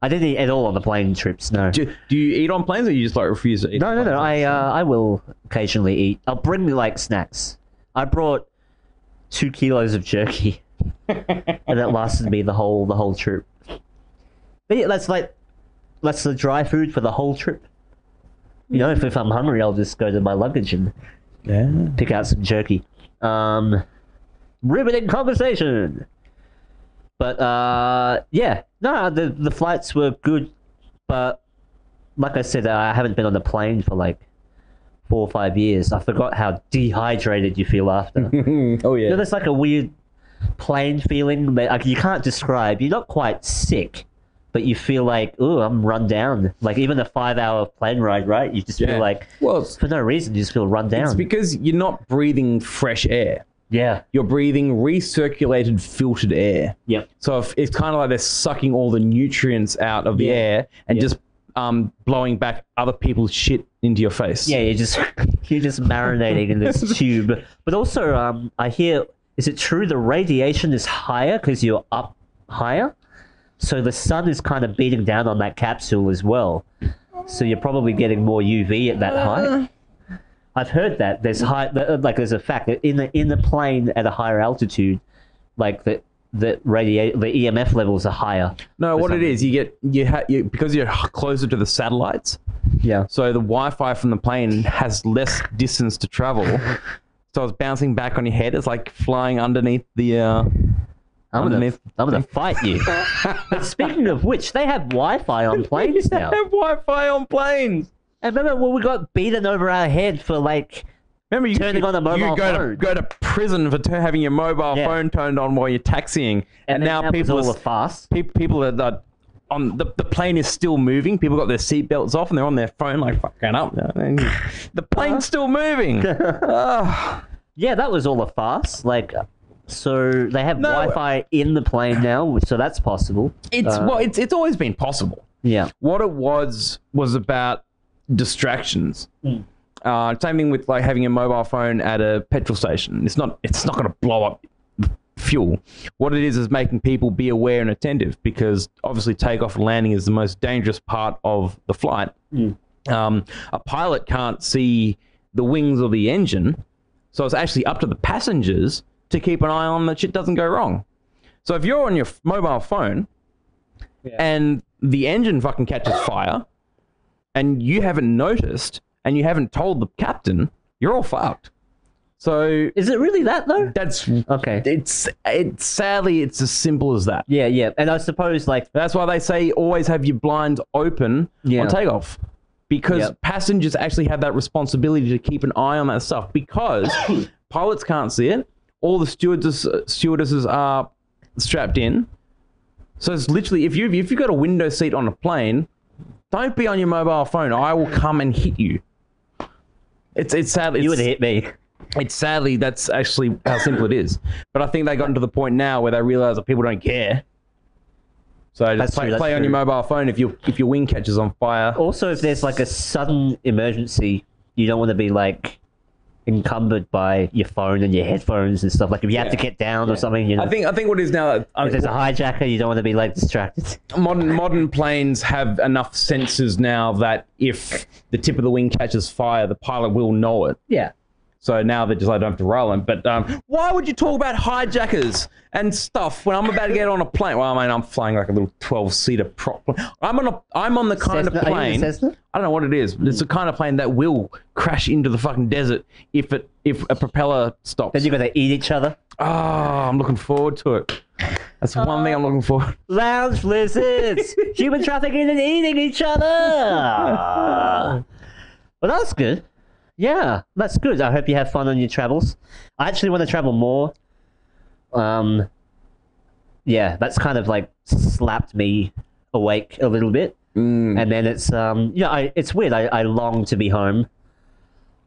Speaker 1: I didn't eat at all on the plane trips. No,
Speaker 2: Do, do you eat on planes, or you just like refuse to eat?
Speaker 1: no,
Speaker 2: on
Speaker 1: no, no. I
Speaker 2: planes?
Speaker 1: uh, I will occasionally eat. I'll bring me like snacks. I brought two kilos of jerky, and that lasted me the whole the whole trip. But yeah, that's like that's the dry food for the whole trip. You know, if, if I'm hungry, I'll just go to my luggage and
Speaker 2: Yeah.
Speaker 1: pick out some jerky. Um, riveting conversation. But uh, yeah, no, the the flights were good, but like I said, I haven't been on a plane for like four or five years. I forgot how dehydrated you feel after. you
Speaker 2: oh yeah.
Speaker 1: know, there's like a weird plane feeling that like, you can't describe. You're not quite sick. But you feel like, ooh, I'm run down. Like even a five-hour plane ride, right? You just
Speaker 2: Yeah.
Speaker 1: feel like,
Speaker 2: well, it's,
Speaker 1: for no reason, you just feel run down.
Speaker 2: it's because you're not breathing fresh air.
Speaker 1: yeah.
Speaker 2: You're breathing recirculated, filtered air.
Speaker 1: Yep.
Speaker 2: So if, it's kind of like they're sucking all the nutrients out of the
Speaker 1: Yeah.
Speaker 2: air and
Speaker 1: Yeah.
Speaker 2: just um, blowing back other people's shit into your face.
Speaker 1: Yeah, you're just you're just marinating in this tube. But also, um, I hear is it true the radiation is higher because you're up higher, so the sun is kind of beating down on that capsule as well. So you're probably getting more UV at that height. I've heard that there's high that- like there's a fact that in the in the plane at a higher altitude, like the the radiate the EMF levels are higher.
Speaker 2: No, what it
Speaker 1: something.
Speaker 2: is, you get you, ha- you because you're closer to the satellites,
Speaker 1: Yeah.
Speaker 2: so the Wi-Fi from the plane has less distance to travel. so it's bouncing back on your head. It's like flying underneath the. Uh,
Speaker 1: I'm gonna,
Speaker 2: Underneath-
Speaker 1: I'm gonna fight you. but speaking of which, they have Wi-Fi on planes now.
Speaker 2: have Wi-Fi on planes.
Speaker 1: And remember when we got beaten over our head for like
Speaker 2: Remember you
Speaker 1: Turning on a mobile
Speaker 2: you go
Speaker 1: phone.
Speaker 2: To, go to prison for t- having your mobile
Speaker 1: Yeah.
Speaker 2: phone turned on while you're taxiing, and,
Speaker 1: and,
Speaker 2: now people
Speaker 1: was
Speaker 2: are
Speaker 1: all a farce.
Speaker 2: pe- people are the, on the, the plane is still moving. People got their seatbelts off and they're on their phone like fucking up. And the plane's still moving. Ah.
Speaker 1: Yeah, that was all a farce. Like so they have
Speaker 2: No.
Speaker 1: Wi-Fi in the plane now, so that's possible.
Speaker 2: it's
Speaker 1: Uh,
Speaker 2: well, it's it's always been possible.
Speaker 1: Yeah.
Speaker 2: What it was was about distractions. Uh, same thing with like having a mobile phone at a petrol station. It's not it's not going to blow up fuel. What it is is making people be aware and attentive because obviously takeoff and landing is the most dangerous part of the flight. Um, a pilot can't see the wings of the engine, so it's actually up to the passengers to keep an eye on that shit doesn't go wrong. So if you're on your f- mobile phone and the engine fucking catches fire and you haven't noticed and you haven't told the captain, you're all fucked. So
Speaker 1: Is it really that though?
Speaker 2: that's
Speaker 1: Okay.
Speaker 2: it's it's sadly it's as simple as that.
Speaker 1: Yeah, yeah. And I suppose like
Speaker 2: That's why they say always have your blinds open
Speaker 1: Yeah.
Speaker 2: on takeoff. Because
Speaker 1: Yep.
Speaker 2: passengers actually have that responsibility to keep an eye on that stuff because pilots can't see it. All the stewardess, stewardesses are strapped in. So it's literally if you if you've got a window seat on a plane, don't be on your mobile phone. I will come and hit you. It's it's sad. It's,
Speaker 1: you would have hit me.
Speaker 2: it's sadly that's actually how simple it is. But I think they gotten to the point now where they realise that people don't care. So just
Speaker 1: That's
Speaker 2: play,
Speaker 1: true, that's
Speaker 2: play on
Speaker 1: true.
Speaker 2: your mobile phone if your if your wing catches on fire.
Speaker 1: Also if there's like a sudden emergency, you don't want to be like encumbered by your phone and your headphones and stuff. Like if you have to
Speaker 2: Yeah.
Speaker 1: get down or something, you know
Speaker 2: I think I think what it is now
Speaker 1: if there's a
Speaker 2: uh,
Speaker 1: hijacker, you don't want to be like distracted.
Speaker 2: modern modern planes have enough sensors now that if the tip of the wing catches fire, the pilot will know it.
Speaker 1: Yeah.
Speaker 2: So now they just I don't have to roll them. But um, why would you talk about hijackers and stuff when I'm about to get on a plane? Well, I mean, I'm flying like a little 12 seater prop. plane. I'm on a I'm on the kind
Speaker 1: Cessna-
Speaker 2: of
Speaker 1: are you in a
Speaker 2: plane.
Speaker 1: Cessna?
Speaker 2: I don't know what it is. But it's the kind of plane that will crash into the fucking desert if it if a propeller stops.
Speaker 1: Then you're gonna eat each other.
Speaker 2: Oh, I'm looking forward to it. That's one thing I'm looking forward.
Speaker 1: Lounge lizards, human trafficking and eating each other. well, that's good. Yeah, that's good. I hope you have fun on your travels. I actually want to travel more. Um, yeah, that's kind of like slapped me awake a little bit, and then it's um, yeah, I, it's weird. I, I long to be home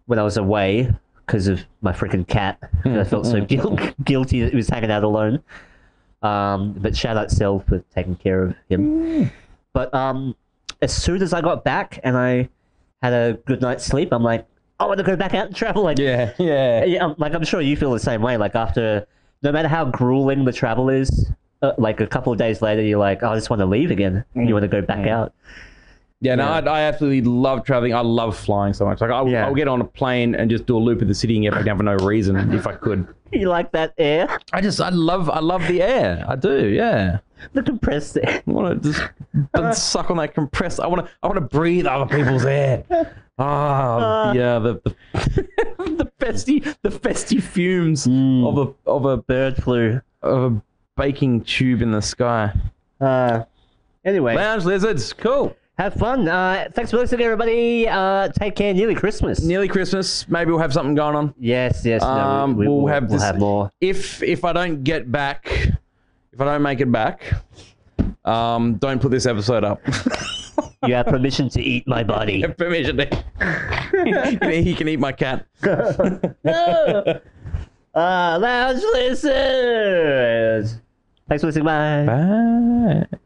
Speaker 1: when I was away because of my freaking cat. 'cause I felt so guil- guilty that he was hanging out alone. Um, but shout out Sel for taking care of him. But um, as soon as I got back and I had a good night's sleep, I'm like, I want to go back out and travel again.
Speaker 2: Yeah, yeah.
Speaker 1: Yeah, I'm- like I'm sure you feel the same way. Like after, no matter how grueling the travel is, uh, like a couple of days later, you're like, oh, I just want to leave again. You want to go back out.
Speaker 2: Yeah, no, I, I absolutely love traveling. I love flying so much. Like, I,
Speaker 1: Yeah.
Speaker 2: I would get on a plane and just do a loop of the city and get back down for no reason if I could.
Speaker 1: You like that air,
Speaker 2: I just, I love, I love the air. I do, yeah.
Speaker 1: the compressed air.
Speaker 2: I want to just b- suck on that compressed. I want to, I want to breathe other people's air. Ah, yeah, the the, the festy, the festy fumes of a of a
Speaker 1: Bird flu.
Speaker 2: of a baking tube in the sky.
Speaker 1: Uh, anyway,
Speaker 2: Lounge lizards, cool.
Speaker 1: have fun. Uh, thanks for listening, everybody. Uh, take care. Nearly Christmas.
Speaker 2: Nearly Christmas. Maybe we'll have something going on.
Speaker 1: yes, yes. no,
Speaker 2: Um,
Speaker 1: we,
Speaker 2: we'll
Speaker 1: will
Speaker 2: have
Speaker 1: we'll
Speaker 2: this-
Speaker 1: have more.
Speaker 2: if if I don't get back, if I don't make it back, um, don't put this episode up.
Speaker 1: You have permission to eat my body.
Speaker 2: Have permission to- he can eat my cat.
Speaker 1: Uh, lounge listeners. Thanks for listening. Bye.
Speaker 2: Bye.